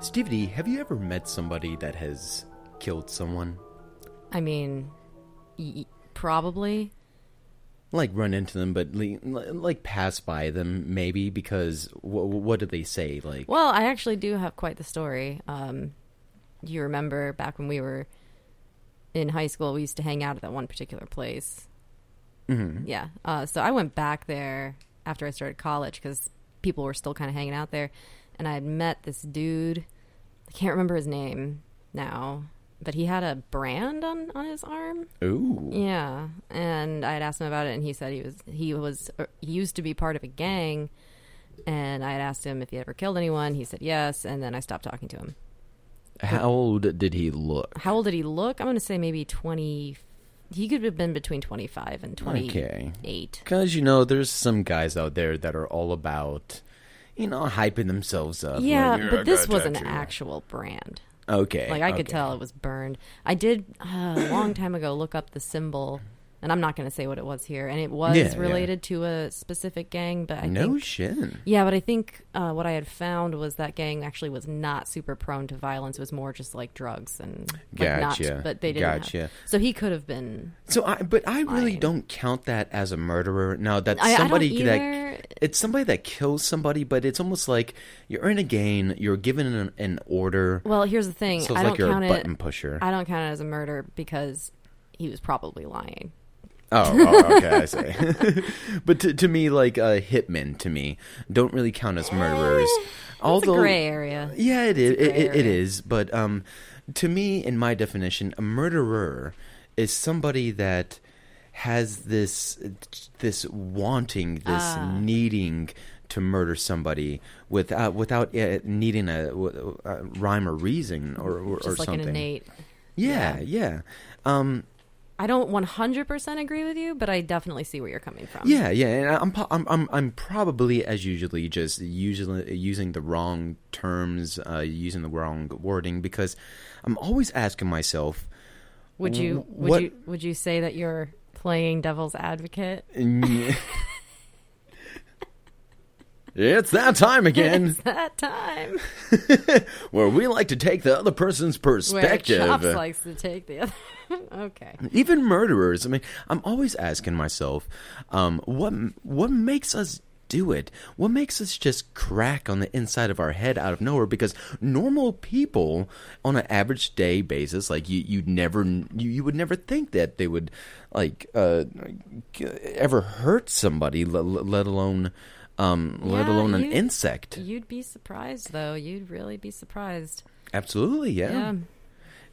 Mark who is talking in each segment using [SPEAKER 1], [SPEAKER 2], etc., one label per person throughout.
[SPEAKER 1] Steve D, have you ever met somebody that has killed someone?
[SPEAKER 2] I mean, y- probably.
[SPEAKER 1] Like run into them, but le- like pass by them maybe because wh- what do they say? Like,
[SPEAKER 2] Well, I actually do have quite the story. Um, you remember back when we were in high school, we used to hang out at that one particular place. Mm-hmm. Yeah. Uh, so I went back there after I started college because people were still kind of hanging out there. And I had met this dude. I can't remember his name now, but he had a brand on, on his arm.
[SPEAKER 1] ooh,
[SPEAKER 2] Yeah, and I had asked him about it, and he said he was he was or he used to be part of a gang, and I had asked him if he ever killed anyone. He said yes, and then I stopped talking to him.
[SPEAKER 1] how old did he look?
[SPEAKER 2] How old did he look? I'm going to say maybe twenty. He could have been between twenty five and twenty eight.
[SPEAKER 1] Because you know, there's some guys out there that are all about, you know, hyping themselves up.
[SPEAKER 2] Yeah,
[SPEAKER 1] Like,
[SPEAKER 3] "Yeah, I
[SPEAKER 2] but this
[SPEAKER 3] got a
[SPEAKER 2] was an
[SPEAKER 3] tattoo."
[SPEAKER 2] actual brand.
[SPEAKER 1] okay.
[SPEAKER 2] Like I could
[SPEAKER 1] Eh, okay.
[SPEAKER 2] tell it was burned. I did uh, a long time ago look up the symbol, and I'm not going to say what it was here. And it was
[SPEAKER 1] Yeah, yeah.
[SPEAKER 2] related to a specific gang, but I
[SPEAKER 1] No
[SPEAKER 2] think
[SPEAKER 1] shit.
[SPEAKER 2] Yeah, but I think uh, what I had found was that gang actually was not super prone to violence. It was more just like drugs and like, not-
[SPEAKER 1] Gotcha.
[SPEAKER 2] but they didn't. have-
[SPEAKER 1] Gotcha.
[SPEAKER 2] so he could have been.
[SPEAKER 1] So I, but I really
[SPEAKER 2] Lying.
[SPEAKER 1] don't count that as a murderer. No, that's
[SPEAKER 2] I- I don't
[SPEAKER 1] somebody
[SPEAKER 2] either.
[SPEAKER 1] that it's somebody that kills somebody. But it's almost like you're in a game. You're given an, an order.
[SPEAKER 2] Well, here's the thing.
[SPEAKER 1] so it's
[SPEAKER 2] I don't
[SPEAKER 1] like you're a
[SPEAKER 2] count
[SPEAKER 1] button
[SPEAKER 2] it.
[SPEAKER 1] pusher.
[SPEAKER 2] I don't count it as a murder because he was probably lying.
[SPEAKER 1] Oh, oh, okay, I see. but to, to me, like uh, hitmen, to me, don't really count as murderers.
[SPEAKER 2] It's
[SPEAKER 1] Although,
[SPEAKER 2] a gray area.
[SPEAKER 1] yeah, it is.
[SPEAKER 2] a
[SPEAKER 1] It,
[SPEAKER 2] gray
[SPEAKER 1] it, it
[SPEAKER 2] area.
[SPEAKER 1] is. But um, to me, in my definition, a murderer is somebody that has this this wanting, this
[SPEAKER 2] Ah.
[SPEAKER 1] needing to murder somebody without without uh, needing a, uh rhyme or reason or or, or
[SPEAKER 2] Just like
[SPEAKER 1] something.
[SPEAKER 2] an innate.
[SPEAKER 1] yeah, yeah. Um,
[SPEAKER 2] I don't 100% agree with you, but I definitely see where you're coming from.
[SPEAKER 1] Yeah, yeah, and I'm po- I'm I'm I'm probably as usually just usually using the wrong terms, uh, using the wrong wording because I'm always asking myself,
[SPEAKER 2] Would you? Would
[SPEAKER 1] What-
[SPEAKER 2] you? Would you say that you're playing devil's advocate?
[SPEAKER 1] "Mm, it's that time again
[SPEAKER 2] It's that time
[SPEAKER 1] where we like to take the other person's
[SPEAKER 2] where
[SPEAKER 1] perspective.
[SPEAKER 2] Chops likes to take the other. okay.
[SPEAKER 1] even murderers. I mean, I'm always asking myself, um, what what makes us do it? What makes us just crack on the inside of our head out of nowhere? Because normal people, on an average day basis, like you, you'd never, you, you would never think that they would, like, uh, ever hurt somebody, let, let alone, um, let
[SPEAKER 2] Yeah,
[SPEAKER 1] alone an
[SPEAKER 2] you-
[SPEAKER 1] insect.
[SPEAKER 2] You'd be surprised, though. You'd really be surprised.
[SPEAKER 1] Absolutely,
[SPEAKER 2] Yeah.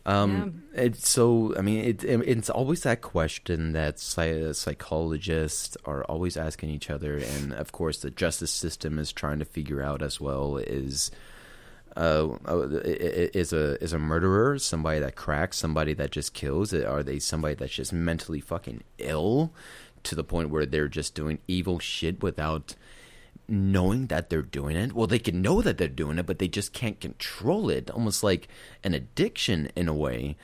[SPEAKER 1] Um, it's so I mean, it, it- it's always that question that psy- psychologists are always asking each other, and of course, the justice system is trying to figure out as well is. Uh, uh, i- i- is a is a murderer somebody that cracks somebody that just kills are they somebody that's just mentally fucking ill to the point where they're just doing evil shit without knowing that they're doing it. Well, they can know that they're doing it, but they just can't control it, almost like an addiction in a way.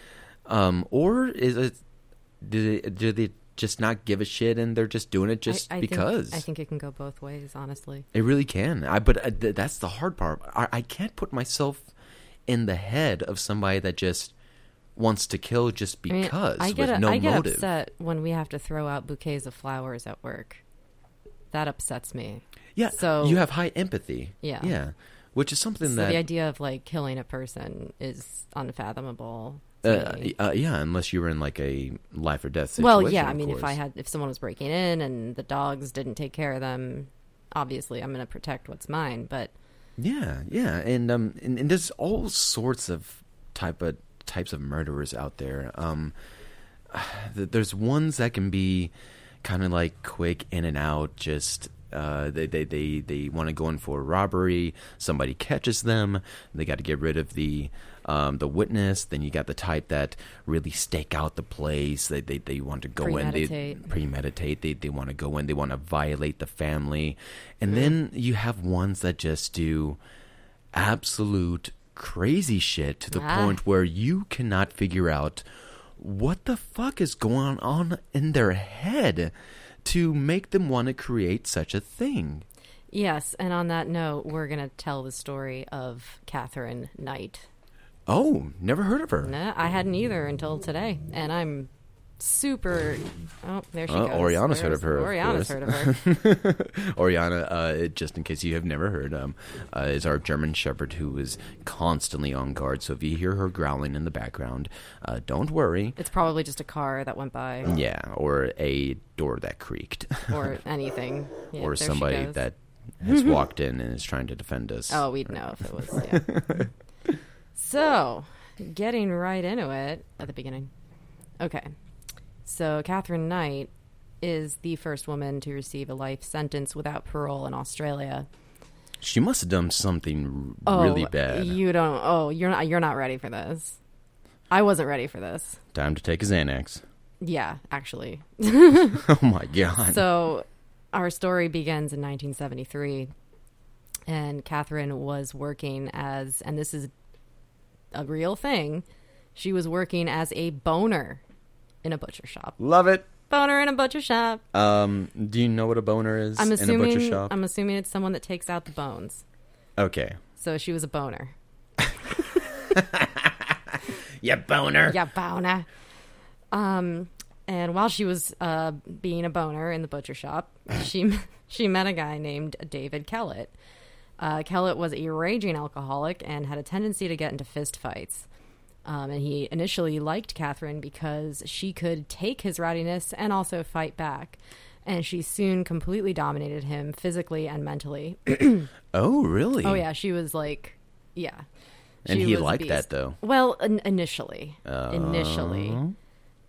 [SPEAKER 1] Um, or is it do they, do they just not give a shit and they're just doing it just
[SPEAKER 2] I, I
[SPEAKER 1] because?
[SPEAKER 2] Think, I think it can go both ways, honestly.
[SPEAKER 1] It really can. I but uh, th- that's the hard part. I, I can't put myself in the head of somebody that just wants to kill just
[SPEAKER 2] I mean,
[SPEAKER 1] because
[SPEAKER 2] I get,
[SPEAKER 1] with
[SPEAKER 2] a-
[SPEAKER 1] no
[SPEAKER 2] I get
[SPEAKER 1] motive.
[SPEAKER 2] upset when we have to throw out bouquets of flowers at work. That upsets me.
[SPEAKER 1] Yeah,
[SPEAKER 2] So-
[SPEAKER 1] you have high empathy.
[SPEAKER 2] Yeah.
[SPEAKER 1] yeah, which is something
[SPEAKER 2] So
[SPEAKER 1] that
[SPEAKER 2] the idea of like killing a person is unfathomable. to
[SPEAKER 1] Uh,
[SPEAKER 2] me.
[SPEAKER 1] uh, yeah, unless you were in like a life or death situation.
[SPEAKER 2] well, yeah. I
[SPEAKER 1] of
[SPEAKER 2] mean, if I
[SPEAKER 1] course.
[SPEAKER 2] had, if someone was breaking in and the dogs didn't take care of them, obviously I'm going to protect what's mine. But
[SPEAKER 1] yeah, yeah, and um, and, and there's all sorts of type of types of murderers out there. Um, th- there's ones that can be kind of like quick in and out just uh, they they they, they want to go in for a robbery somebody catches them they got to get rid of the um, the witness then you got the type that really stake out the place they they, they want to go in they
[SPEAKER 2] Premeditate.
[SPEAKER 1] premeditate they, they want to go in they want to violate the family and then you have ones that just do absolute crazy shit to the
[SPEAKER 2] Ah.
[SPEAKER 1] point where you cannot figure out what the fuck is going on in their head to make them want to create such a thing.
[SPEAKER 2] Yes, and on that note, we're going to tell the story of Catherine Knight.
[SPEAKER 1] Oh, never heard of her.
[SPEAKER 2] No, I hadn't either until today, and I'm super. Oh, there she
[SPEAKER 1] Uh,
[SPEAKER 2] goes.
[SPEAKER 1] Oriana's
[SPEAKER 2] There's-
[SPEAKER 1] heard of her, of
[SPEAKER 2] Oriana's
[SPEAKER 1] course.
[SPEAKER 2] heard of her.
[SPEAKER 1] Oriana, uh, just in case you have never heard, um, uh, is our German Shepherd who is constantly on guard. So if you hear her growling in the background, uh, don't worry.
[SPEAKER 2] it's probably just a car that went by,
[SPEAKER 1] Yeah, or a door that creaked,
[SPEAKER 2] or anything, Yeah,
[SPEAKER 1] or
[SPEAKER 2] there she
[SPEAKER 1] somebody
[SPEAKER 2] goes.
[SPEAKER 1] that has walked in and is trying to defend us.
[SPEAKER 2] Oh, we'd know if it was. Yeah. so, getting right into it at the beginning. Okay. So, Catherine Knight is the first woman to receive a life sentence without parole in Australia.
[SPEAKER 1] She must have done something r-
[SPEAKER 2] Oh,
[SPEAKER 1] really bad.
[SPEAKER 2] You don't. Oh, you're not. You're not ready for this. I wasn't ready for this.
[SPEAKER 1] Time to take a Xanax.
[SPEAKER 2] Yeah, actually.
[SPEAKER 1] Oh my god.
[SPEAKER 2] So, our story begins in 1973, and Catherine was working as, and this is a real thing, she was working as a boner in a butcher shop.
[SPEAKER 1] Love it.
[SPEAKER 2] Boner in a butcher shop.
[SPEAKER 1] Um, do you know what a boner is
[SPEAKER 2] I'm
[SPEAKER 1] in a
[SPEAKER 2] assuming.
[SPEAKER 1] butcher shop?
[SPEAKER 2] I'm assuming it's someone that takes out the bones.
[SPEAKER 1] Okay.
[SPEAKER 2] So she was a boner.
[SPEAKER 1] Yeah, boner.
[SPEAKER 2] Yeah, boner. Um, and while she was uh, being a boner in the butcher shop, she she met a guy named David Kellett. Uh, Kellett was a raging alcoholic and had a tendency to get into fist fights. Um, and he initially liked Catherine because she could take his rowdiness and also fight back. And she soon completely dominated him physically and mentally.
[SPEAKER 1] Oh, really?
[SPEAKER 2] oh yeah, she was like, yeah.
[SPEAKER 1] And
[SPEAKER 2] She
[SPEAKER 1] he
[SPEAKER 2] was a
[SPEAKER 1] liked that
[SPEAKER 2] beast.
[SPEAKER 1] though. Oh.
[SPEAKER 2] Well, in- initially, initially, um,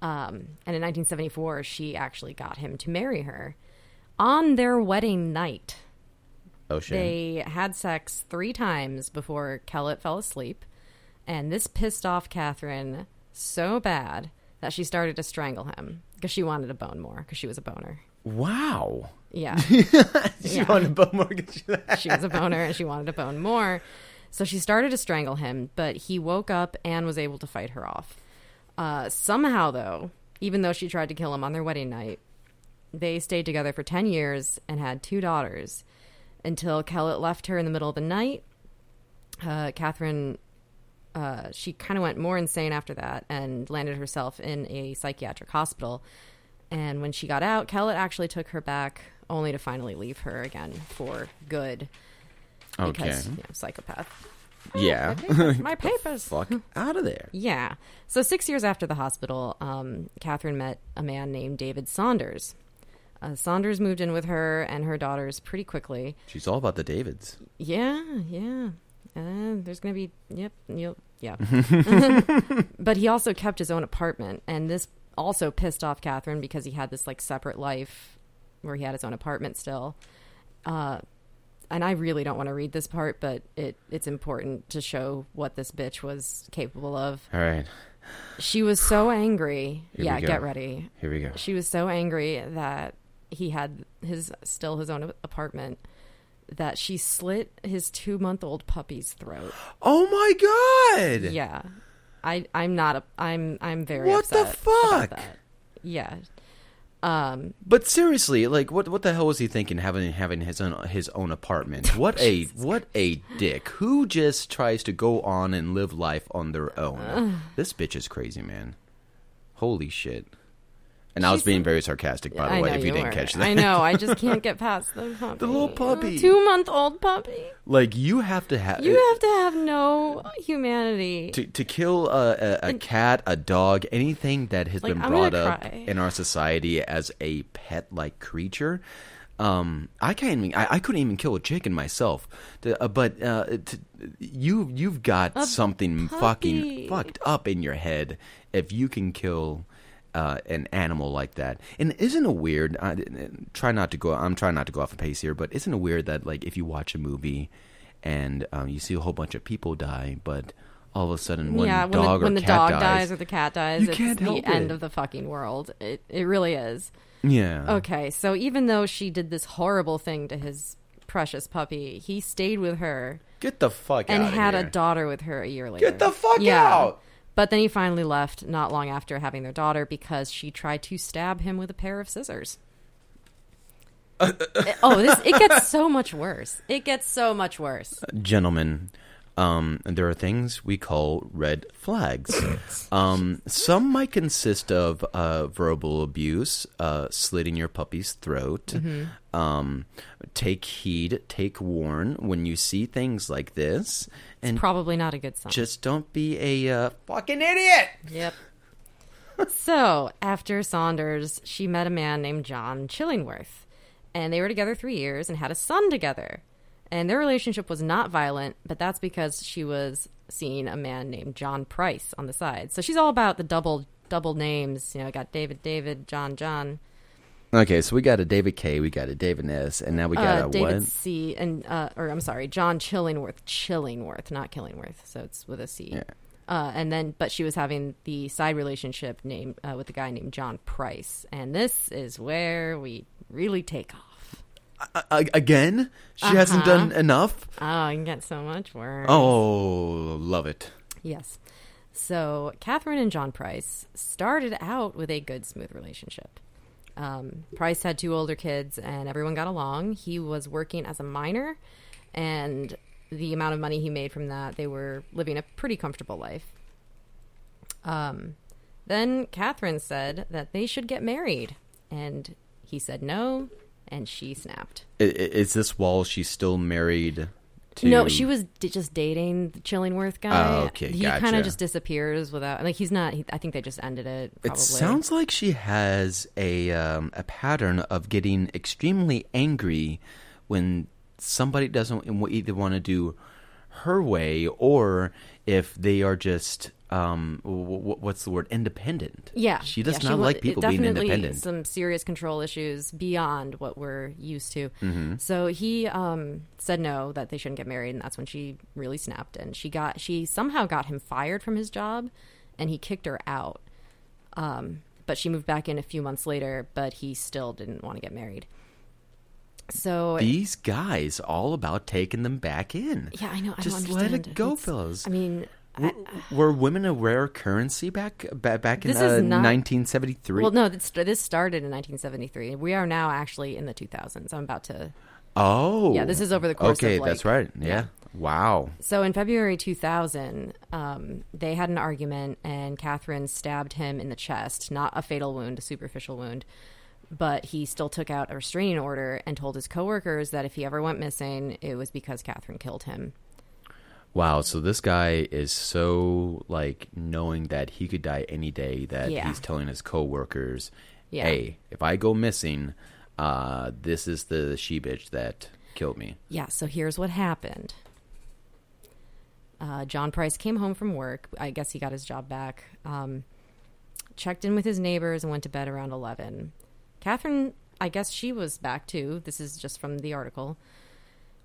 [SPEAKER 2] and in 1974, she actually got him to marry her. On their wedding night,
[SPEAKER 1] Oh shit.
[SPEAKER 2] they had sex three times before Kellett fell asleep, and this pissed off Catherine so bad that she started to strangle him because she wanted to bone more because she was a boner.
[SPEAKER 1] Wow.
[SPEAKER 2] Yeah.
[SPEAKER 1] She
[SPEAKER 2] Yeah.
[SPEAKER 1] wanted Bo Morgan.
[SPEAKER 2] she was a boner and she wanted to bone more. So she started to strangle him, but he woke up and was able to fight her off. Uh, somehow, though, even though she tried to kill him on their wedding night, they stayed together for 10 years and had two daughters until Kellett left her in the middle of the night. Uh, Catherine, uh, she kind of went more insane after that and landed herself in a psychiatric hospital. And when she got out, Kellett actually took her back only to finally leave her again for good
[SPEAKER 1] Okay.
[SPEAKER 2] because you know, psychopath.
[SPEAKER 1] Yeah.
[SPEAKER 2] My papers.
[SPEAKER 1] Fuck out of there.
[SPEAKER 2] Yeah. So six years after the hospital, um, Catherine met a man named David Saunders. Uh, Saunders moved in with her and her daughters pretty quickly.
[SPEAKER 1] She's all about the Davids.
[SPEAKER 2] Yeah, yeah. Uh, there's going to be, yep, yep, yeah. but he also kept his own apartment, and this also pissed off Catherine because he had this like separate life where he had his own apartment still. Uh, and I really don't want to read this part, but it it's important to show what this bitch was capable of.
[SPEAKER 1] All right.
[SPEAKER 2] She was so angry.
[SPEAKER 1] Here we
[SPEAKER 2] yeah,
[SPEAKER 1] go.
[SPEAKER 2] get ready.
[SPEAKER 1] Here we go.
[SPEAKER 2] She was so angry that he had his still his own apartment that she slit his two month old puppy's throat.
[SPEAKER 1] Oh my god.
[SPEAKER 2] Yeah, I I'm not a I'm I'm very
[SPEAKER 1] What the
[SPEAKER 2] upset about
[SPEAKER 1] fuck?
[SPEAKER 2] that. Yeah, um,
[SPEAKER 1] But seriously, like what what the hell was he thinking having having his own his own apartment? What a what a dick who just tries to go on and live life on their own. this bitch is crazy, man. Holy shit. And I was
[SPEAKER 2] She's-
[SPEAKER 1] being very sarcastic by the
[SPEAKER 2] I
[SPEAKER 1] way
[SPEAKER 2] know
[SPEAKER 1] if you, didn't
[SPEAKER 2] were.
[SPEAKER 1] catch that.
[SPEAKER 2] I know. I just can't get past the puppy.
[SPEAKER 1] little puppy.
[SPEAKER 2] two month old puppy.
[SPEAKER 1] Like you have to have
[SPEAKER 2] You have to have no humanity.
[SPEAKER 1] to to kill a, a, a cat, a dog, anything that has
[SPEAKER 2] Like,
[SPEAKER 1] been
[SPEAKER 2] I'm
[SPEAKER 1] brought
[SPEAKER 2] gonna
[SPEAKER 1] up
[SPEAKER 2] cry.
[SPEAKER 1] in our society as a pet like creature. Um, I can't even. I, I couldn't even kill a chicken myself. The- uh, but uh, t- you you've got something
[SPEAKER 2] puppy.
[SPEAKER 1] fucking fucked up in your head if you can kill. Uh, an animal like that, and isn't it weird? I, try not to go. I'm trying not to go off a pace here, but isn't it weird that like if you watch a movie and um, you see a whole bunch of people die, but all of a sudden when
[SPEAKER 2] yeah, when
[SPEAKER 1] dog
[SPEAKER 2] the,
[SPEAKER 1] or
[SPEAKER 2] when the
[SPEAKER 1] cat
[SPEAKER 2] dog dies,
[SPEAKER 1] dies,
[SPEAKER 2] or the cat dies,
[SPEAKER 1] you
[SPEAKER 2] it's
[SPEAKER 1] can't
[SPEAKER 2] the
[SPEAKER 1] help it.
[SPEAKER 2] end of the fucking world. It it really is.
[SPEAKER 1] yeah,
[SPEAKER 2] Okay, so even though she did this horrible thing to his precious puppy, he stayed with her
[SPEAKER 1] get the fuck
[SPEAKER 2] and
[SPEAKER 1] out
[SPEAKER 2] had
[SPEAKER 1] of
[SPEAKER 2] a
[SPEAKER 1] here.
[SPEAKER 2] daughter with her a year later.
[SPEAKER 1] the fuck out!
[SPEAKER 2] But then he finally left not long after having their daughter because she tried to stab him with a pair of scissors. oh, this it gets so much worse. It gets so much worse.
[SPEAKER 1] gentlemen, um, there are things we call red flags. um, some might consist of uh, verbal abuse, uh, slitting your puppy's throat.
[SPEAKER 2] Mm-hmm.
[SPEAKER 1] Um, take heed, take warn when you see things like this, and
[SPEAKER 2] Probably not a good sign.
[SPEAKER 1] just don't be a uh, fucking idiot.
[SPEAKER 2] Yep. so after Saunders, she met a man named John Chillingworth, and they were together three years and had a son together. And their relationship was not violent, but that's because she was seeing a man named John Price on the side. So she's all about the double double names. You know, got David, David, John, John,
[SPEAKER 1] Okay, so we got a David K, we got a David S, and now we got
[SPEAKER 2] uh,
[SPEAKER 1] a
[SPEAKER 2] David
[SPEAKER 1] what?
[SPEAKER 2] C, and uh, or I'm sorry, John Chillingworth, Chillingworth, not Killingworth. So it's with a C.
[SPEAKER 1] Yeah.
[SPEAKER 2] Uh, and then, but she was having the side relationship name uh, with a guy named John Price, and this is where we really take off.
[SPEAKER 1] A- a- again, she hasn't done enough.
[SPEAKER 2] Oh, I can get so much worse.
[SPEAKER 1] Oh, love it.
[SPEAKER 2] Yes. So Catherine and John Price started out with a good, smooth relationship. Um, Price had two older kids, and everyone got along. He was working as a miner, and the amount of money he made from that, they were living a pretty comfortable life. Um, then Catherine said that they should get married, and he said no, and she snapped.
[SPEAKER 1] I- I- Is this while she's still married to?
[SPEAKER 2] No, she was d- just dating the Chillingworth guy.
[SPEAKER 1] Oh, okay,
[SPEAKER 2] he kind
[SPEAKER 1] gotcha.
[SPEAKER 2] of just disappears without like he's not. He, I think they just ended it.
[SPEAKER 1] It
[SPEAKER 2] Probably.
[SPEAKER 1] sounds like she has a um, a pattern of getting extremely angry when somebody doesn't w- either want to do her way or if they are just um w- w- what's the word independent.
[SPEAKER 2] Yeah,
[SPEAKER 1] she does
[SPEAKER 2] yeah,
[SPEAKER 1] not
[SPEAKER 2] wa-
[SPEAKER 1] like
[SPEAKER 2] it
[SPEAKER 1] people being
[SPEAKER 2] definitely
[SPEAKER 1] independent.
[SPEAKER 2] Some serious control issues beyond what we're used to.
[SPEAKER 1] Mm-hmm.
[SPEAKER 2] So he um, said no that they shouldn't get married, and that's when she really snapped. And she got she somehow got him fired from his job, and he kicked her out. Um, but she moved back in a few months later, but he still didn't want to get married. So
[SPEAKER 1] These guys all about taking them back in.
[SPEAKER 2] Yeah, I know. I
[SPEAKER 1] Just
[SPEAKER 2] don't
[SPEAKER 1] let it
[SPEAKER 2] understand.
[SPEAKER 1] go,
[SPEAKER 2] It's-
[SPEAKER 1] fellas.
[SPEAKER 2] I mean, I,
[SPEAKER 1] W- Were women a rare currency back ba- back in
[SPEAKER 2] This is
[SPEAKER 1] uh,
[SPEAKER 2] not-
[SPEAKER 1] 1973?
[SPEAKER 2] well, no, this, this started in 1973. We are now actually in the 2000s. I'm about to.
[SPEAKER 1] Oh,
[SPEAKER 2] Yeah, this is over the course of,
[SPEAKER 1] Okay, that's
[SPEAKER 2] like-
[SPEAKER 1] right. Yeah. Wow.
[SPEAKER 2] So in February 2000, um, they had an argument, and Catherine stabbed him in the chest. Not a fatal wound, a superficial wound, but he still took out a restraining order and told his coworkers that if he ever went missing, it was because Catherine killed him.
[SPEAKER 1] Wow, so this guy is so like knowing that he could die any day that
[SPEAKER 2] Yeah.
[SPEAKER 1] he's telling his coworkers,
[SPEAKER 2] Yeah.
[SPEAKER 1] "Hey, if I go missing, uh, this is the she bitch that killed me."
[SPEAKER 2] Yeah, so here's what happened. Uh, John Price came home from work. I guess he got his job back. Um, checked in with his neighbors and went to bed around 11. Catherine, I guess she was back too. This is just from the article.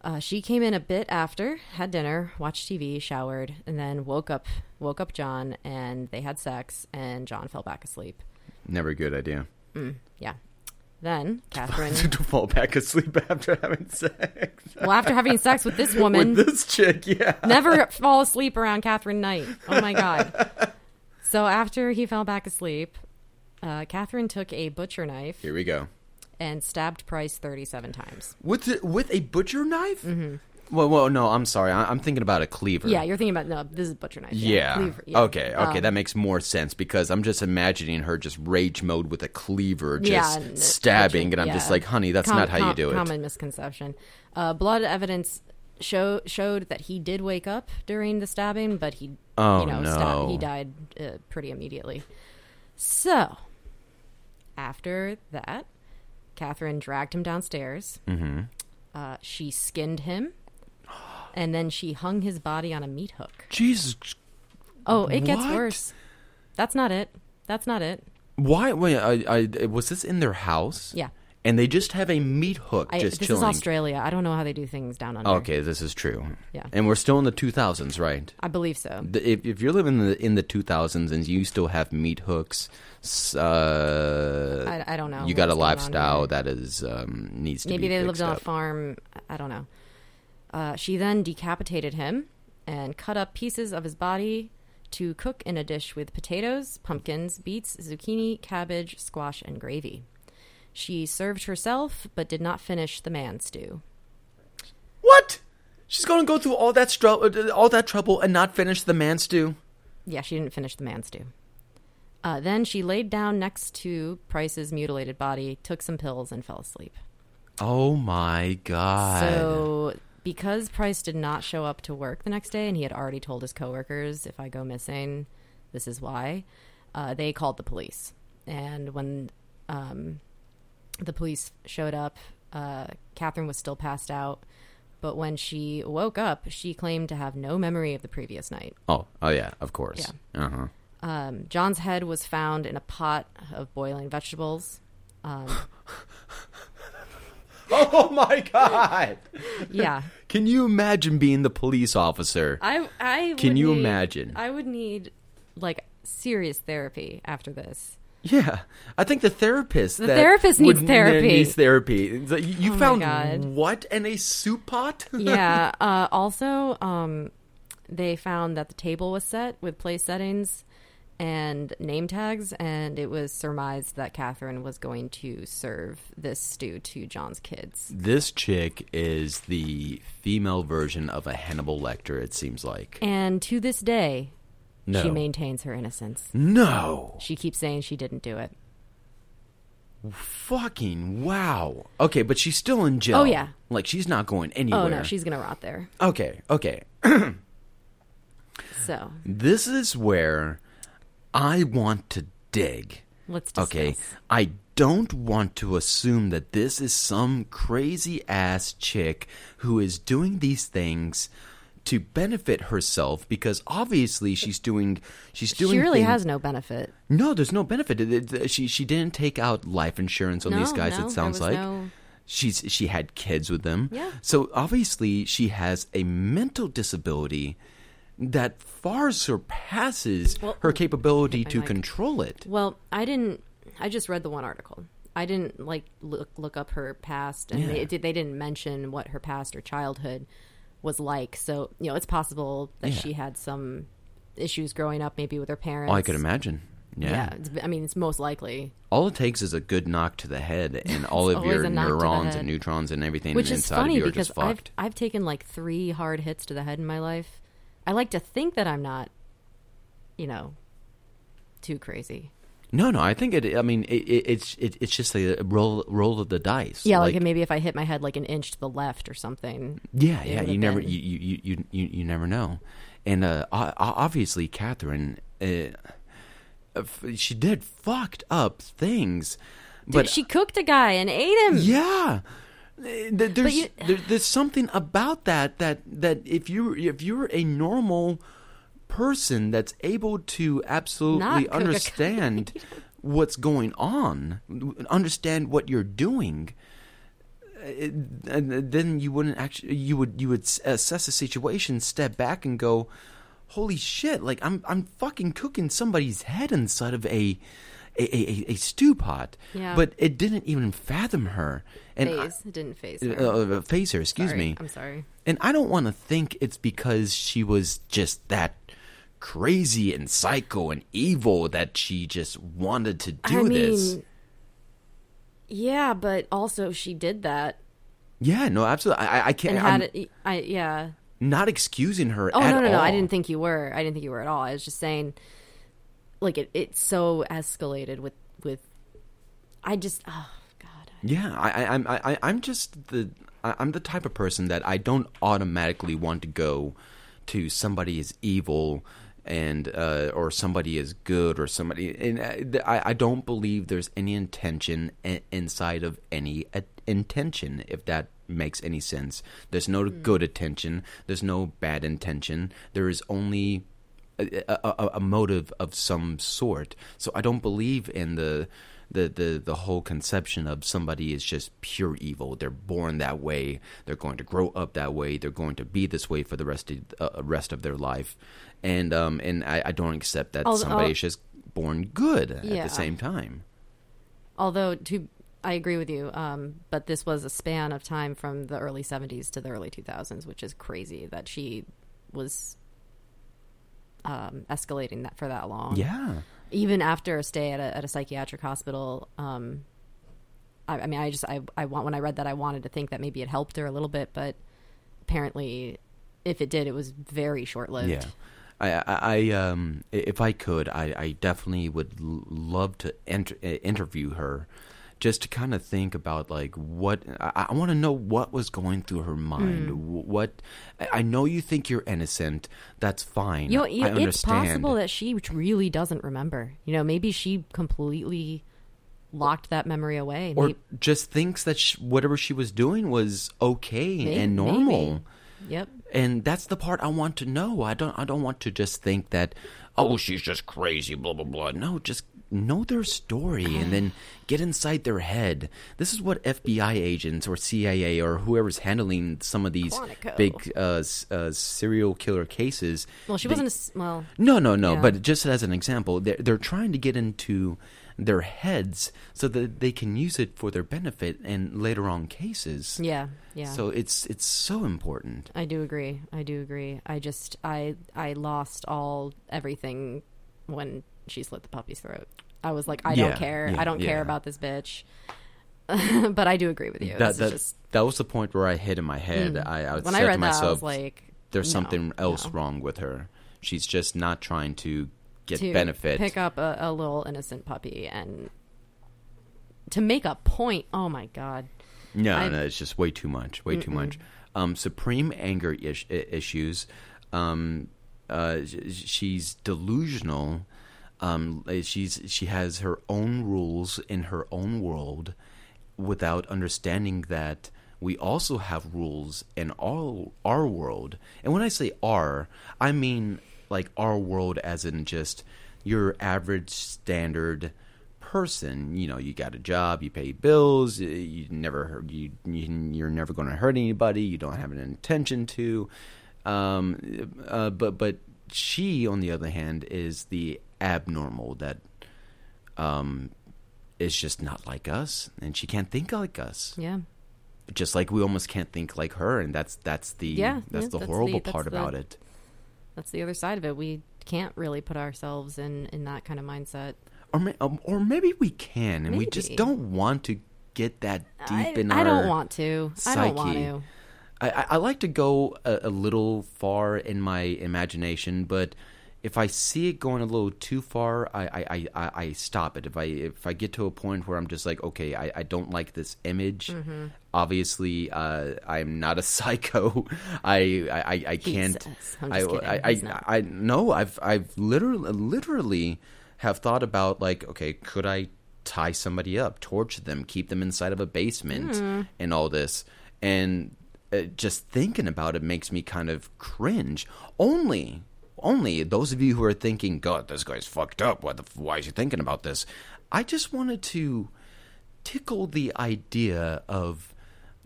[SPEAKER 2] Uh, she came in a bit after, had dinner, watched TV, showered, and then woke up woke up John and they had sex and John fell back asleep.
[SPEAKER 1] Never a good idea
[SPEAKER 2] Yeah. Then Catherine
[SPEAKER 1] to fall back asleep after having sex
[SPEAKER 2] Well, after having sex with this woman
[SPEAKER 1] with this chick. Yeah.
[SPEAKER 2] Never fall asleep around Catherine Knight. Oh my God. so after he fell back asleep, uh, Catherine took a butcher knife
[SPEAKER 1] Here we go.
[SPEAKER 2] and stabbed Price 37 times.
[SPEAKER 1] With the, with a butcher knife? Well, well, no, I'm sorry. I, I'm thinking about a cleaver.
[SPEAKER 2] Mm-hmm. Yeah, you're thinking about, no, this is butcher knife.
[SPEAKER 1] Yeah.
[SPEAKER 2] Cleaver, yeah.
[SPEAKER 1] Okay. Okay.
[SPEAKER 2] Um,
[SPEAKER 1] that makes more sense because I'm just imagining her just rage mode with a cleaver, just
[SPEAKER 2] and-
[SPEAKER 1] stabbing,
[SPEAKER 2] which-
[SPEAKER 1] and I'm just
[SPEAKER 2] yeah.
[SPEAKER 1] like, honey, that's
[SPEAKER 2] Com-
[SPEAKER 1] not how you
[SPEAKER 2] com-
[SPEAKER 1] do it.
[SPEAKER 2] Common misconception. Uh, blood evidence show- showed that he did wake up during the stabbing, but he,
[SPEAKER 1] Oh,
[SPEAKER 2] you know,
[SPEAKER 1] no.
[SPEAKER 2] he died uh, pretty immediately. So, after that, Catherine dragged him downstairs. Mm-hmm. Uh, she skinned him, and then she hung his body on a meat hook.
[SPEAKER 1] Jesus,
[SPEAKER 2] Oh, it gets
[SPEAKER 1] What?
[SPEAKER 2] worse. That's not it. That's not it.
[SPEAKER 1] why? Wait, I, I was this in their house?
[SPEAKER 2] Yeah.
[SPEAKER 1] And they just have a meat hook
[SPEAKER 2] I,
[SPEAKER 1] just
[SPEAKER 2] this
[SPEAKER 1] chilling.
[SPEAKER 2] is Australia. I don't know how they do things down under.
[SPEAKER 1] Okay, this is true.
[SPEAKER 2] Yeah.
[SPEAKER 1] And we're still in the 2000s, right?
[SPEAKER 2] I believe so.
[SPEAKER 1] The- If, if you're living in the, in the 2000s and you still have meat hooks, s- uh,
[SPEAKER 2] I, I don't know.
[SPEAKER 1] you got a
[SPEAKER 2] what's going on here.
[SPEAKER 1] lifestyle that is um, needs to
[SPEAKER 2] Maybe
[SPEAKER 1] be
[SPEAKER 2] they
[SPEAKER 1] fixed
[SPEAKER 2] lived on
[SPEAKER 1] up.
[SPEAKER 2] a farm. I- I don't know. Uh, she then decapitated him and cut up pieces of his body to cook in a dish with potatoes, pumpkins, beets, zucchini, cabbage, squash, and gravy. She served herself, but did not finish the man stew.
[SPEAKER 1] What? She's going to go through all that stru- all that trouble and not finish the man stew.
[SPEAKER 2] Yeah, she didn't finish the man stew. Uh, then she laid down next to Price's mutilated body, took some pills, and fell asleep.
[SPEAKER 1] Oh my god.
[SPEAKER 2] So, because Price did not show up to work the next day, and he had already told his coworkers, "If I go missing, this is why," uh, they called the police. And when um, the police showed up, uh, Catherine was still passed out. But when she woke up, she claimed to have no memory of the previous night.
[SPEAKER 1] Oh, oh yeah, of course. Uh huh.
[SPEAKER 2] Um, John's head was found in a pot of boiling vegetables. Um,
[SPEAKER 1] Oh my god.
[SPEAKER 2] yeah,
[SPEAKER 1] Can you imagine being the police officer?
[SPEAKER 2] I, I would
[SPEAKER 1] Can you
[SPEAKER 2] need-
[SPEAKER 1] imagine?
[SPEAKER 2] I would need like serious therapy after this.
[SPEAKER 1] Yeah, I think the therapist. The
[SPEAKER 2] therapist needs therapy. Oh
[SPEAKER 1] Needs therapy. It's like, You you
[SPEAKER 2] my
[SPEAKER 1] found
[SPEAKER 2] God.
[SPEAKER 1] what in a soup pot?
[SPEAKER 2] Yeah. Uh, also, um, they found that the table was set with place settings and name tags, and it was surmised that Catherine was going to serve this stew to John's kids.
[SPEAKER 1] this chick is the female version of a Hannibal Lecter. It seems like
[SPEAKER 2] And to this day,
[SPEAKER 1] no,
[SPEAKER 2] she maintains her innocence.
[SPEAKER 1] no,
[SPEAKER 2] She keeps saying she didn't do it.
[SPEAKER 1] fucking wow. Okay, but she's still in jail.
[SPEAKER 2] Oh, yeah.
[SPEAKER 1] like she's not going anywhere.
[SPEAKER 2] Oh no, she's gonna rot there.
[SPEAKER 1] okay. Okay,
[SPEAKER 2] So
[SPEAKER 1] this is where I want to dig.
[SPEAKER 2] let's discuss.
[SPEAKER 1] Okay, I don't want to assume that this is some crazy ass chick who is doing these things to benefit herself because obviously she's doing she's doing
[SPEAKER 2] She really
[SPEAKER 1] thing-
[SPEAKER 2] has no benefit.
[SPEAKER 1] no there's no benefit It- it- she she didn't take out life insurance on
[SPEAKER 2] No,
[SPEAKER 1] these guys
[SPEAKER 2] no,
[SPEAKER 1] it sounds
[SPEAKER 2] there was
[SPEAKER 1] like
[SPEAKER 2] no-
[SPEAKER 1] she's she had kids with them
[SPEAKER 2] Yeah.
[SPEAKER 1] so obviously she has a mental disability that far surpasses
[SPEAKER 2] Well,
[SPEAKER 1] her capability to
[SPEAKER 2] mic.
[SPEAKER 1] control it
[SPEAKER 2] Well, I didn't. I just read the one article. I didn't like look look up her past, and
[SPEAKER 1] Yeah.
[SPEAKER 2] they they, they didn't mention what her past or childhood was like. So you know, it's possible that
[SPEAKER 1] Yeah.
[SPEAKER 2] she had some issues growing up, maybe with her parents.
[SPEAKER 1] Oh, I could imagine. Yeah.
[SPEAKER 2] Yeah, it's, I mean, it's most likely,
[SPEAKER 1] All it takes is a good knock to the head, and all of
[SPEAKER 2] always
[SPEAKER 1] your
[SPEAKER 2] a knock to the
[SPEAKER 1] neurons
[SPEAKER 2] head.
[SPEAKER 1] and neutrons and everything
[SPEAKER 2] which is
[SPEAKER 1] inside of
[SPEAKER 2] funny
[SPEAKER 1] you are
[SPEAKER 2] because
[SPEAKER 1] just
[SPEAKER 2] I've
[SPEAKER 1] fucked.
[SPEAKER 2] I've taken like three hard hits to the head in my life. I like to think that I'm not, you know, too crazy.
[SPEAKER 1] No, no, I think it. I mean, it, it, it's it, it's just a roll roll of the dice.
[SPEAKER 2] Yeah, like, maybe if I hit my head like an inch to the left or something.
[SPEAKER 1] Yeah,
[SPEAKER 2] it
[SPEAKER 1] yeah.
[SPEAKER 2] would've
[SPEAKER 1] You never,
[SPEAKER 2] been-
[SPEAKER 1] you, you, you, you, you never know. And uh, o- o- obviously, Catherine, uh, f- she did fucked up things, but
[SPEAKER 2] Dude, she cooked a guy and ate him.
[SPEAKER 1] Yeah. Th- There's
[SPEAKER 2] you-
[SPEAKER 1] there, there's something about that that that if you if you're a normal person that's able to
[SPEAKER 2] Not
[SPEAKER 1] absolutely
[SPEAKER 2] cook a
[SPEAKER 1] understand what's going on, w- understand what you're doing, uh, and then you wouldn't actually you would you would s- assess the situation, step back, and go, "Holy shit! Like I'm I'm fucking cooking somebody's head inside of a." A, a, a- a stew pot,
[SPEAKER 2] Yeah.
[SPEAKER 1] but it didn't even fathom her and I-
[SPEAKER 2] phase. it didn't phase.
[SPEAKER 1] uh, uh, phase her excuse me
[SPEAKER 2] I'm sorry.
[SPEAKER 1] and i don't want to think it's because she was just that crazy and psycho and evil that she just wanted to do
[SPEAKER 2] I mean,
[SPEAKER 1] this
[SPEAKER 2] yeah, but also she did that
[SPEAKER 1] yeah no absolutely i, I- I
[SPEAKER 2] and
[SPEAKER 1] can't
[SPEAKER 2] had
[SPEAKER 1] i'm
[SPEAKER 2] it. I yeah.
[SPEAKER 1] not excusing her
[SPEAKER 2] Oh
[SPEAKER 1] at
[SPEAKER 2] no, no, no!
[SPEAKER 1] all.
[SPEAKER 2] I didn't think you were. I didn't think you were at all. I was just saying, like it. It so escalated with with. I just oh god.
[SPEAKER 1] yeah I, I i'm I, i'm just the I- i'm the type of person that i don't automatically want to go to somebody is evil and uh, or somebody is good or somebody and uh, th- I, I don't believe there's any intention i- inside of any a- intention if that makes any sense there's no good intention there's no bad intention there is only a, a, a- a motive of some sort so i don't believe in the the, the the whole conception of somebody is just pure evil they're born that way they're going to grow up that way they're going to be this way for the rest of uh, rest of their life and um and i, I don't accept that
[SPEAKER 2] Al-
[SPEAKER 1] somebody
[SPEAKER 2] al-
[SPEAKER 1] is just born good at
[SPEAKER 2] Yeah.
[SPEAKER 1] the same time
[SPEAKER 2] Although to. I agree with you, um, but this was a span of time from the early 70s to the early 2000s, which is crazy that she was um, escalating that for that long.
[SPEAKER 1] yeah
[SPEAKER 2] even after a stay at a, at a psychiatric hospital, um, I, I mean, I just I I want when I read that I wanted to think that maybe it helped her a little bit, but apparently, if it did, it was very short lived.
[SPEAKER 1] Yeah. I, I, I um, if I could, I, I definitely would l- love to enter, uh, interview her, just to kind of think about like what I, I want to know what was going through her
[SPEAKER 2] Mm.
[SPEAKER 1] mind. Wh- What I I know you think you're innocent. That's fine.
[SPEAKER 2] You know, you-
[SPEAKER 1] I understand.
[SPEAKER 2] it's possible that she really doesn't remember. You know, maybe she completely locked that memory away.
[SPEAKER 1] or
[SPEAKER 2] Maybe,
[SPEAKER 1] just thinks that sh whatever she was doing was okay
[SPEAKER 2] May-
[SPEAKER 1] and normal.
[SPEAKER 2] maybe. yep.
[SPEAKER 1] and that's the part I want to know. I don't I don't want to just think that oh she's just crazy blah blah blah. No, just know their story and then get inside their head. This is what FBI agents or CIA or whoever's handling some of these
[SPEAKER 2] Quantico.
[SPEAKER 1] big uh, s- uh, serial killer cases.
[SPEAKER 2] Well, she
[SPEAKER 1] they-
[SPEAKER 2] wasn't. A, s- well,
[SPEAKER 1] no, no, no.
[SPEAKER 2] Yeah.
[SPEAKER 1] But just as an example, they're, they're trying to get into their heads so that they can use it for their benefit in later on cases.
[SPEAKER 2] yeah, yeah.
[SPEAKER 1] So it's it's so important.
[SPEAKER 2] I do agree. I do agree. I just I I lost all everything when she slit the puppy's throat. I was like, I
[SPEAKER 1] Yeah,
[SPEAKER 2] don't care.
[SPEAKER 1] yeah,
[SPEAKER 2] I don't
[SPEAKER 1] yeah.
[SPEAKER 2] care about this bitch. but I do agree with you.
[SPEAKER 1] that
[SPEAKER 2] This is
[SPEAKER 1] that,
[SPEAKER 2] just- hmm.
[SPEAKER 1] that was the point where I hit in my head. I, I
[SPEAKER 2] when
[SPEAKER 1] said
[SPEAKER 2] I read
[SPEAKER 1] to
[SPEAKER 2] that, I
[SPEAKER 1] myself,
[SPEAKER 2] was like,
[SPEAKER 1] "There's
[SPEAKER 2] no,
[SPEAKER 1] something else
[SPEAKER 2] no.
[SPEAKER 1] wrong with her. She's just not trying to get
[SPEAKER 2] to
[SPEAKER 1] benefit."
[SPEAKER 2] pick up a, a little innocent puppy and to make a point. Oh my god.
[SPEAKER 1] no,
[SPEAKER 2] I-
[SPEAKER 1] no, it's just way too much. Way too much. Um, supreme anger ish, i- issues. Um, uh, sh- she's delusional. Um, she's she has her own rules in her own world, without understanding that we also have rules in our our world. And when I say our, I mean like our world as in just your average standard person. You know, you got a job, you pay bills, y- you never hurt- you, you you're never going to hurt anybody. You don't have an intention to. Um, uh, but but she, on the other hand, is the abnormal that um, is just not like us, and she can't think like us
[SPEAKER 2] Yeah.
[SPEAKER 1] just like we almost can't think like her and that's that's the
[SPEAKER 2] Yeah,
[SPEAKER 1] that's
[SPEAKER 2] yeah,
[SPEAKER 1] the
[SPEAKER 2] that's
[SPEAKER 1] horrible
[SPEAKER 2] the- that's
[SPEAKER 1] part
[SPEAKER 2] the-
[SPEAKER 1] about it
[SPEAKER 2] That's the other side of it. We can't really put ourselves in in that kind of mindset.
[SPEAKER 1] or may, um, or maybe we can and we just
[SPEAKER 2] Maybe.
[SPEAKER 1] don't want to get that deep
[SPEAKER 2] I,
[SPEAKER 1] in
[SPEAKER 2] I
[SPEAKER 1] our
[SPEAKER 2] don't want to. I don't want
[SPEAKER 1] psyche.
[SPEAKER 2] to.
[SPEAKER 1] I, I I like to go a, a little far in my imagination, but if I see it going a little too far, I, I, I- I, I stop it. If I if I get to a point where I'm just like, okay, I, I don't like this image.
[SPEAKER 2] Mm-hmm.
[SPEAKER 1] Obviously, uh, I'm not a psycho. I I, I, I can't.
[SPEAKER 2] says. I'm just
[SPEAKER 1] I-
[SPEAKER 2] kidding.
[SPEAKER 1] I, I,
[SPEAKER 2] He's not.
[SPEAKER 1] I no. I've I've literally literally have thought about like, okay, could I tie somebody up, torture them, keep them inside of a basement, and all this, and uh, just thinking about it makes me kind of cringe. Only. Only those of you who are thinking, God, this guy's fucked up. Why, the, f- why is he thinking about this? I just wanted to tickle the idea of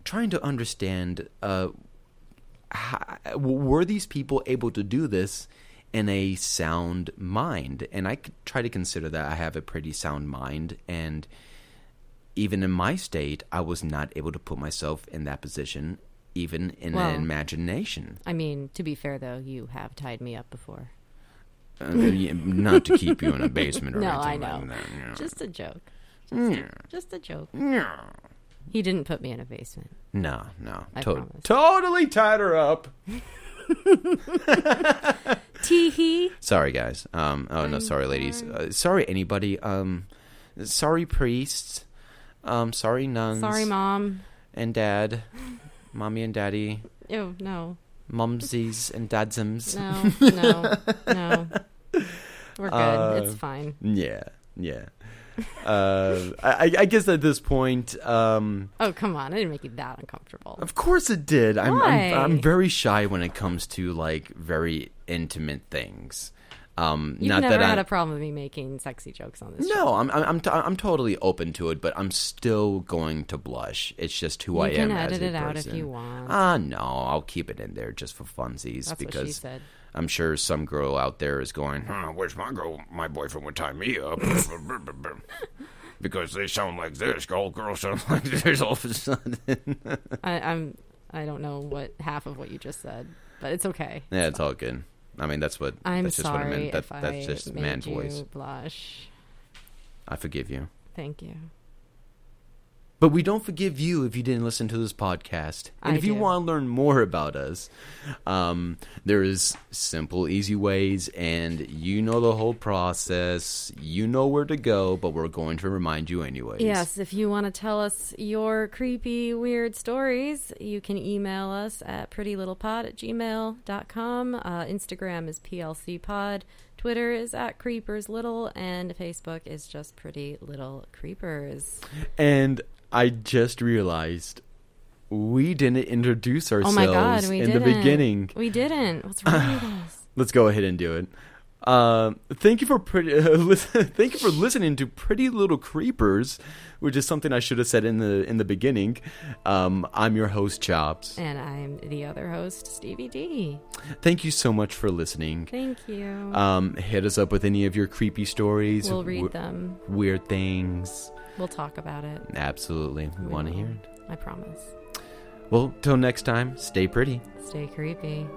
[SPEAKER 1] trying to understand uh, how, were these people able to do this in a sound mind? And I could try to consider that I have a pretty sound mind. And even in my state, I was not able to put myself in that position, even in
[SPEAKER 2] Well-
[SPEAKER 1] an imagination.
[SPEAKER 2] I mean, to be fair though, you have tied me up before.
[SPEAKER 1] Uh, yeah, not to keep you in a basement or
[SPEAKER 2] No, I
[SPEAKER 1] anything
[SPEAKER 2] know.
[SPEAKER 1] like that. you know.
[SPEAKER 2] Just a joke.
[SPEAKER 1] Yeah.
[SPEAKER 2] Just a joke.
[SPEAKER 1] Yeah.
[SPEAKER 2] He didn't put me in a basement.
[SPEAKER 1] No, no.
[SPEAKER 2] I
[SPEAKER 1] To-
[SPEAKER 2] promise.
[SPEAKER 1] totally tied her up.
[SPEAKER 2] Tee hee.
[SPEAKER 1] Sorry, guys. Um, oh no, sorry, ladies. Uh, sorry, anybody. Um, sorry, priests. Um, sorry, nuns.
[SPEAKER 2] Sorry, mom.
[SPEAKER 1] and dad, mommy and daddy,
[SPEAKER 2] Ew, no,
[SPEAKER 1] mumsies and dadsums.
[SPEAKER 2] no, no, no. We're good. it's
[SPEAKER 1] Uh,
[SPEAKER 2] fine.
[SPEAKER 1] Yeah, yeah. Uh, I, I guess at this point, um,
[SPEAKER 2] Oh, come on. I didn't make you that uncomfortable.
[SPEAKER 1] of course it did. I'm, I'm
[SPEAKER 2] Why?
[SPEAKER 1] I'm very shy when it comes to like very intimate things. Um,
[SPEAKER 2] You've
[SPEAKER 1] not
[SPEAKER 2] never
[SPEAKER 1] that
[SPEAKER 2] had
[SPEAKER 1] I,
[SPEAKER 2] a problem with me making sexy jokes on this show.
[SPEAKER 1] No, I'm I'm I'm, t- I'm totally open to it, but I'm still going to blush. It's just who
[SPEAKER 2] You
[SPEAKER 1] I
[SPEAKER 2] can
[SPEAKER 1] am as
[SPEAKER 2] edit
[SPEAKER 1] a
[SPEAKER 2] it out if
[SPEAKER 1] person.
[SPEAKER 2] you want.
[SPEAKER 1] Ah, no, I'll keep it in there just for funsies
[SPEAKER 2] That's what she
[SPEAKER 1] because
[SPEAKER 2] said.
[SPEAKER 1] I'm sure some girl out there is going. "Hmm." "Huh,
[SPEAKER 3] I wish my girl, my boyfriend would tie me up. because they sound like this. All girls sound like this.
[SPEAKER 1] All of a sudden,
[SPEAKER 2] I, I'm. I don't know what half of what you just said, but it's okay.
[SPEAKER 1] yeah, it's all good. I mean, that's what
[SPEAKER 2] I'm
[SPEAKER 1] that's just
[SPEAKER 2] sorry
[SPEAKER 1] what I meant. That,
[SPEAKER 2] if
[SPEAKER 1] that's
[SPEAKER 2] I
[SPEAKER 1] just
[SPEAKER 2] made
[SPEAKER 1] man
[SPEAKER 2] you
[SPEAKER 1] voice.
[SPEAKER 2] blush.
[SPEAKER 1] I forgive you.
[SPEAKER 2] Thank you.
[SPEAKER 1] But we don't forgive you if you didn't listen to this podcast. And
[SPEAKER 2] I
[SPEAKER 1] if you
[SPEAKER 2] do.
[SPEAKER 1] want to learn more about us, um, there is simple, easy ways, and you know the whole process. You know where to go, but we're going to remind you anyways.
[SPEAKER 2] Yes, if you want to tell us your creepy, weird stories, you can email us at prettylittlepod at gmail.com. Uh, Instagram is PLC Pod. Twitter is at Creepers Little. And Facebook is just Pretty Little Creepers.
[SPEAKER 1] And I just realized we didn't introduce
[SPEAKER 2] Oh
[SPEAKER 1] ourselves
[SPEAKER 2] my God, we
[SPEAKER 1] in
[SPEAKER 2] didn't.
[SPEAKER 1] the beginning.
[SPEAKER 2] We didn't. What's wrong with us?
[SPEAKER 1] Let's go ahead and do it. Um, thank you for pretty, uh, listen, thank you for listening to Pretty Little Creepers, which is something I should have said in the in the beginning. Um, I'm your host Chops.
[SPEAKER 2] And I'm the other host, Stevie D.
[SPEAKER 1] Thank you so much for listening.
[SPEAKER 2] Thank you.
[SPEAKER 1] Um, hit us up with any of your creepy stories,
[SPEAKER 2] we'll read
[SPEAKER 1] we-
[SPEAKER 2] them.
[SPEAKER 1] weird things.
[SPEAKER 2] We'll talk about it.
[SPEAKER 1] Absolutely, we
[SPEAKER 2] We
[SPEAKER 1] want to
[SPEAKER 2] will.
[SPEAKER 1] hear it.
[SPEAKER 2] I promise.
[SPEAKER 1] Well, till next time, stay pretty.
[SPEAKER 2] Stay creepy.